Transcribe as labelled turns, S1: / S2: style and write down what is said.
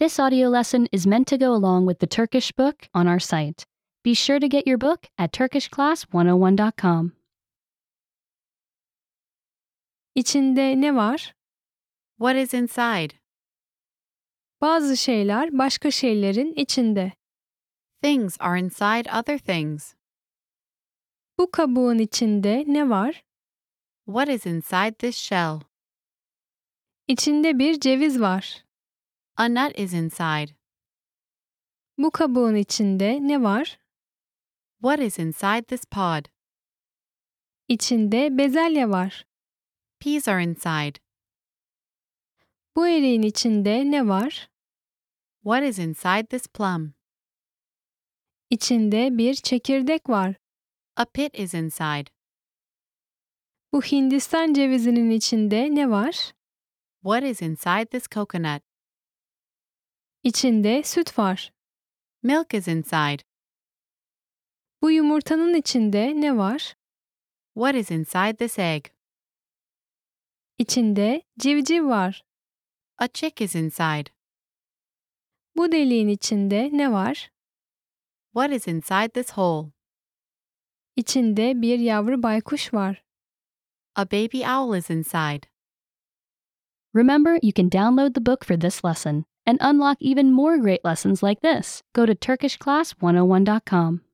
S1: This audio lesson is meant to go along with the Turkish book on our site. Be sure to get your book at turkishclass101.com.
S2: İçinde ne var?
S3: What is inside?
S2: Bazı şeyler başka şeylerin içinde.
S3: Things are inside other things.
S2: Bu kabuğun içinde ne var?
S3: What is inside this shell?
S2: İçinde bir ceviz var.
S3: A nut is inside.
S2: Bu kabuğun içinde ne var?
S3: What is inside this pod?
S2: İçinde bezelye var.
S3: Peas are inside.
S2: Bu eriğin içinde ne var?
S3: What is inside this plum?
S2: İçinde bir çekirdek var.
S3: A pit is inside.
S2: Bu Hindistan cevizinin içinde ne var?
S3: What is inside this coconut?
S2: İçinde süt var.
S3: Milk is inside.
S2: Bu yumurtanın içinde ne var?
S3: What is inside this egg?
S2: İçinde civciv var.
S3: A chick is inside.
S2: Bu deliğin içinde ne var?
S3: What is inside this hole?
S2: İçinde bir yavru baykuş var.
S3: A baby owl is inside.
S1: Remember, you can download the book for this oh lesson and unlock even more great lessons like this. Go to turkishclass101.com.